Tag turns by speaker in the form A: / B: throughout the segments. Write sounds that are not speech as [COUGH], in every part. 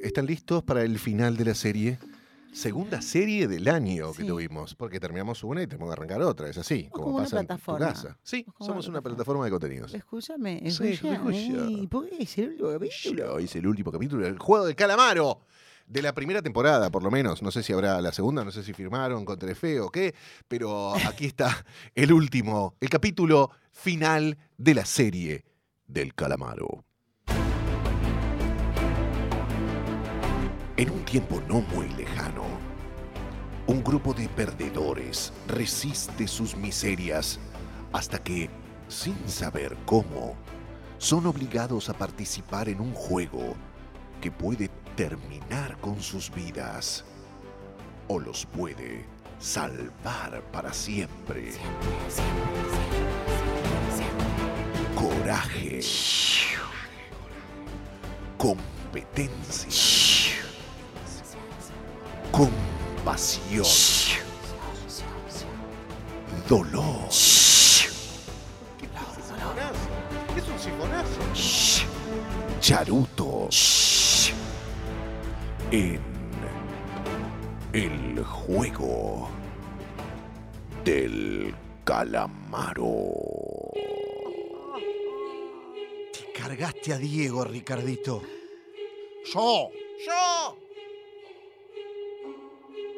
A: están listos para el final de la serie. Segunda serie del año que
B: Sí.
A: tuvimos, porque terminamos una y tenemos que arrancar otra, es así,
B: como
A: como,
B: una
A: pasa en tu
B: plataforma.
A: casa. Sí,
B: Es como
A: somos
B: una
A: una plataforma de contenidos.
B: Escúchame,
A: Sí,
B: escúchame.
A: escucha.
B: ¿Y por qué es el último capítulo?
A: Hoy es el último capítulo del juego del calamaro. De la primera temporada, por lo menos. No sé si habrá la segunda, no sé si firmaron con Trefeo o qué. Pero aquí está el último, el capítulo final de la serie del calamaro. En un tiempo no muy lejano, un grupo de perdedores resiste sus miserias hasta que, sin saber cómo, son obligados a participar en un juego que puede terminar con sus vidas o los puede salvar para siempre. Coraje. Competencia. Compasión. Dolor. Es un sifonazo. Charuto. En el juego del calamaro.
C: Te cargaste a Diego, Ricardito. Yo. Yo.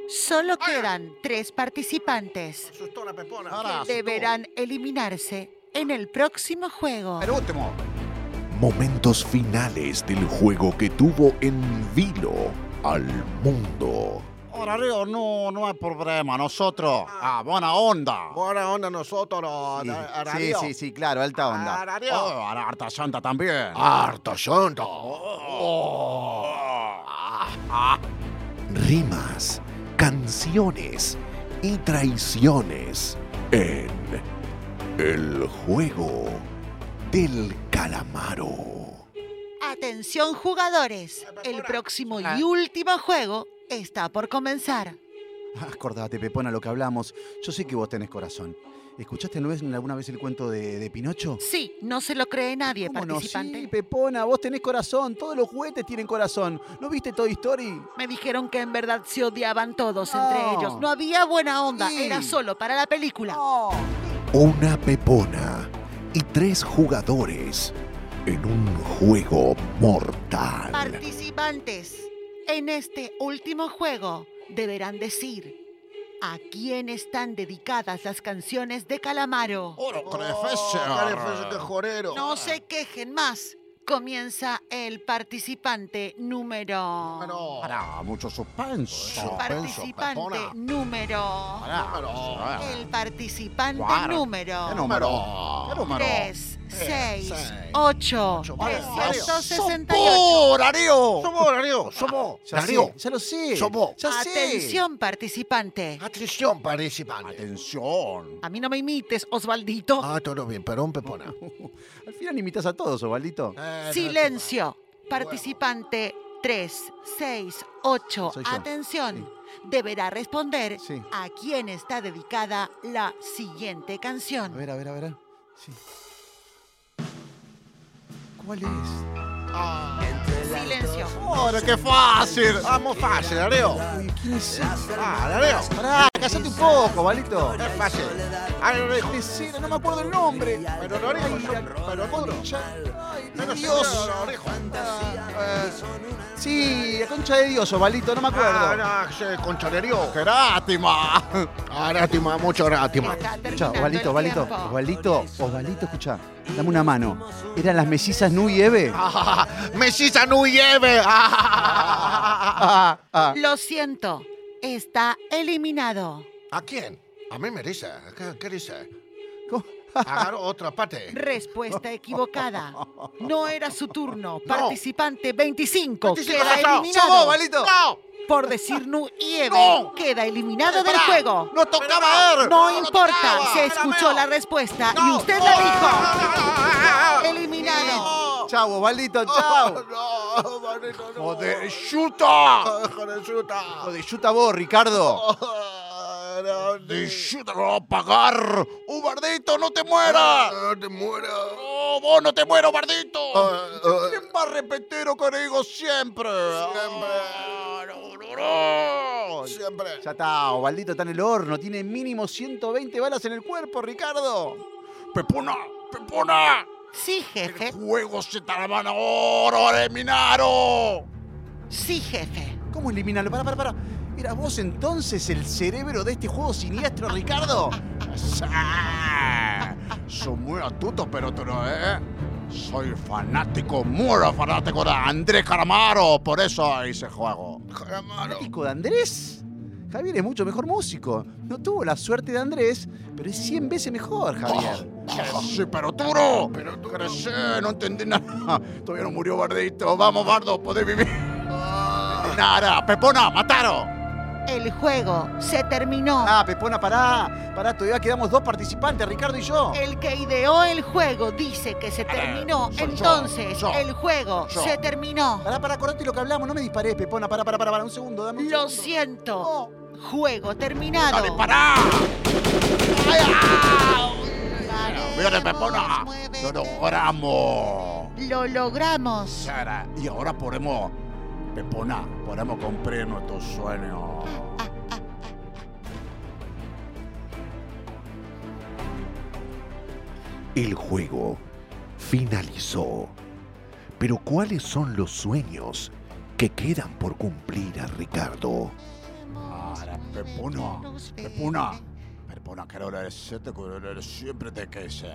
D: Solo quedan tres participantes
C: Asustó la pepona. Ahora,
D: que deberán eliminarse en el próximo juego.
C: El último.
A: Momentos finales del juego que tuvo en vilo al mundo.
C: Ahora, Río, no, no hay problema. Nosotros, a Ah, buena onda.
E: Buena onda nosotros,
C: Sí,
E: a- a
C: sí,
E: radio.
C: sí, sí, claro, alta onda.
E: Ah, radio.
C: Oh, a la harta santa también.
A: ¡Harto santo! Rimas, canciones y traiciones en el juego del calamaro.
D: Atención jugadores, el próximo
C: Ah.
D: y último juego está por comenzar.
C: Acordate, Pepona, lo que hablamos. Yo sé que vos tenés corazón. ¿Escuchaste alguna vez- alguna vez el cuento de, de Pinocho?
D: Sí, no se lo cree nadie,
C: ¿Cómo no?
D: participante.
C: Sí, Pepona, vos tenés corazón. Todos los juguetes tienen corazón. ¿No viste Toy Story?
D: Me dijeron que en verdad se odiaban todos
C: No.
D: entre ellos. No había buena onda,
C: Sí.
D: era solo para la película.
A: Una pepona y tres jugadores en un juego mortal.
D: Participantes, en este último juego deberán decir a quién están dedicadas las canciones de Calamaro.
C: ¡Oro,
E: Carefeser de jorero.
D: No se quejen más. Comienza el participante número.
E: Número.
C: Pará, mucho suspenso.
D: Participante
E: persona.
D: número.
C: Pará.
D: El participante
C: Cuatro.
D: número.
C: ¿Qué número? ¿Qué número?
D: 3,
E: Tres,
D: 6,
E: seis,
D: 8,
E: vale,
D: 368.
C: Darío!
E: Somos, Darío, somos.
C: Ya, sé, ya lo sé.
E: Somos.
C: Ya sé.
D: Atención, participante.
E: Atención, participante.
C: Atención.
D: A mí no me imites, Osvaldito.
E: Ah, todo bien, perdón, Pepona.
C: Al final imitas a todos, Osvaldito.
E: Eh,
D: Silencio. Participante 3, 6, 8.
C: Soy yo.
D: Atención. Deberá responder
C: Sí.
D: a quién está dedicada la siguiente
C: A
D: canción.
C: ver, a ver, a ver. Sí. ¿Cuál es?
D: Ah. Silencio.
E: Ahora, qué fácil. Vamos fácil, Darío.
C: Uy, ¿Quién es?
E: Ah, Darío.
C: Pará, callate un poco, Osvaldito.
E: Es fácil. Ay, lo dijo.
C: Mesera, no me acuerdo el nombre.
E: Pero lo dijo, yo- pero lo dijo.
C: Ay,
E: Menos
C: Dios.
E: yo, lo dijo.
C: Ah, eh, Sí, la concha de Dios, Osvaldito, no me acuerdo.
E: Ah, no, se conchalereó.
C: ¡Lástima!
E: Ah, lástima, mucho [LAUGHS] lástima.
D: Está
C: Escucha,
D: terminando
C: Osvalito,
D: el
C: Osvalito,
D: tiempo.
C: Osvalito, Osvalito, escucha, dame una mano. ¿Eran las mellizas Nu y Eve?
E: Mesisa no
C: [LAUGHS]
E: lleve.
C: Ah, ah.
D: Lo siento. Está eliminado.
E: ¿A quién? A mí me dice. ¿Qué, qué dice?
C: [LAUGHS] ¿Cómo?
E: Agarro otra parte.
D: Respuesta
C: [LAUGHS]
D: equivocada. No era su turno. Participante 25
E: 25
D: queda
E: pasó.
C: Somos,
D: eliminado.
C: Osvalito.
E: ¡No!
D: Por decir Nu y Eve,
E: No.
D: queda eliminado del
E: Pará,
D: juego.
E: ¡No tocaba él!
D: No importa,
E: tocaba.
D: se escuchó la respuesta y
E: No.
D: usted
E: No,
D: la
E: no, no,
D: dijo. Eliminado.
E: ¡No!
C: Chau, Osvalito,
E: ¡No!
C: chau.
E: ¡No! Manito, no.
C: Joder, chuta.
E: Ah, ¡Hijo de chuta!
C: Joder, chuta vos, Ricardo.
E: Ah, no, no.
C: chuta lo va a pagar. Ubardito, no te mueras.
E: Ah, ¡No te mueras!
F: muero! ¡Vos no te muero, bardito!
E: Ah, ah.
F: ¡Siempre más repetero conmigo siempre!
E: Siempre.
F: Ah, no, no, no.
E: Siempre.
C: Ya está, Obaldito está en el horno. Tiene mínimo 120 balas en el cuerpo, Ricardo.
F: ¡Pepona! ¡Pepona!
D: Sí, jefe.
F: ¡El juego se talamana ahora, Minaro!
D: Sí, jefe.
C: ¿Cómo eliminarlo? Para, para, para. ¿Era vos entonces el cerebro de este juego siniestro, Ricardo?
F: Sí. Soy muy astuto, pero tú no, ¿eh? Soy fanático, muy fanático de Andrés Calamaro, por eso hice juego.
E: Calamaro.
C: Fanático de Andrés. Javier es mucho mejor músico. No tuvo la suerte de Andrés, pero es 100 veces mejor,
F: Oh.
C: Javier.
F: Sí, pero duro. Pero tú crecí, no entendí nada. Todavía no murió Bardito. Vamos, Bardo, podés vivir. Ah. Nada, Pepona, mataron.
D: El juego se terminó.
C: Ah, Pepona, pará. Pará, todavía quedamos dos participantes, Ricardo y yo.
D: El que ideó el juego dice que se
F: Pará,
D: terminó.
F: soy yo,
D: Entonces,
F: yo,
D: el juego
F: yo.
D: se terminó.
C: Pará, pará, acordate lo que hablamos. No me disparé, Pepona. Pará, pará, pará, pará. Un segundo, dame un
D: Lo
C: segundo.
D: siento.
C: No.
D: Juego terminado.
F: Dale, pará. Ay, ay. Mira,
D: Paremos,
F: Pepona. Lo
D: muévete.
F: logramos.
D: Lo logramos.
F: Sara, y ahora podemos, Pepona, podemos cumplir nuestros sueños.
A: El juego finalizó. Pero ¿cuáles son los sueños que quedan por cumplir a Ricardo?
F: Ahora, Pepona, Pepona, Pepona, quiero agradecerte que eres siempre te quise.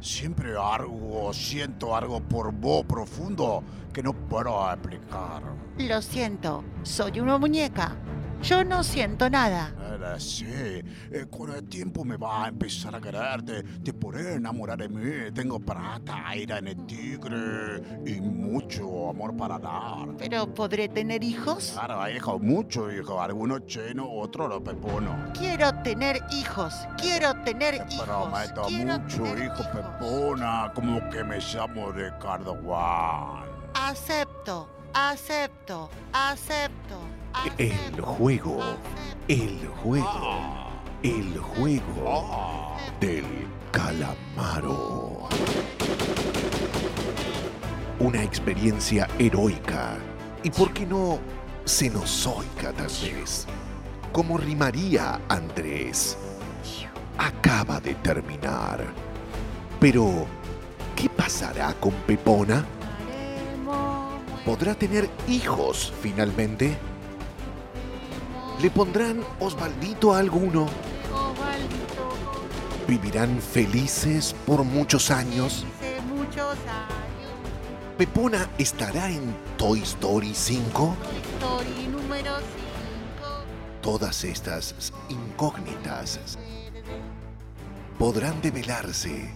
F: Siempre algo, siento algo por vos profundo que no puedo explicar.
D: Lo siento. Soy una muñeca. Yo no siento nada.
F: Eh, Sí, eh, con el tiempo me va a empezar a quererte, te podré enamorar de mí, tengo plata, ira en el tigre y mucho amor para dar.
D: Pero podré tener hijos.
F: Claro, hay hijos, muchos hijos, algunos chinos, otros los peponos.
D: Quiero tener hijos. Quiero tener
F: Te
D: hijos.
F: prometo
D: Quiero
F: mucho
D: tener
F: hijo
D: hijos.
F: pepona, como que me llamo Ricardo Juan.
D: Acepto. Acepto. Acepto.
A: El
D: acepto,
A: juego,
D: acepto,
A: el juego,
F: Ah,
A: el juego
F: ah.
A: del calamaro. Una experiencia heroica y, ¿por qué no, cenozoica tal vez? Como rimaría Andrés. Acaba de terminar. Pero, ¿qué pasará con Pepona?
D: haremos,
A: ¿Podrá tener hijos finalmente? ¿Le pondrán Osvaldito a alguno?
D: muevo, baldo,
A: ¿Vivirán felices por muchos años?
D: hice muchos años.
A: ¿Pepona estará en Toy Story 5?
D: Toy Story número 5.
A: Todas estas incógnitas podrán develarse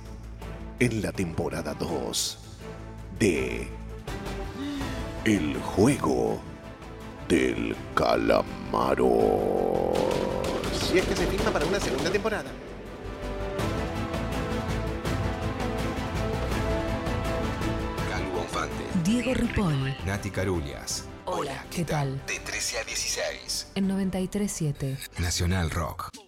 A: en la temporada 2 de El juego del calamaro.
G: Si es que se firma para una segunda temporada.
H: Calvo Bonfante,
I: Diego Ripoll.
H: Nati Carulias.
I: ¿Qué tal?
H: De 13 a 16.
I: En 937.
H: Nacional Rock.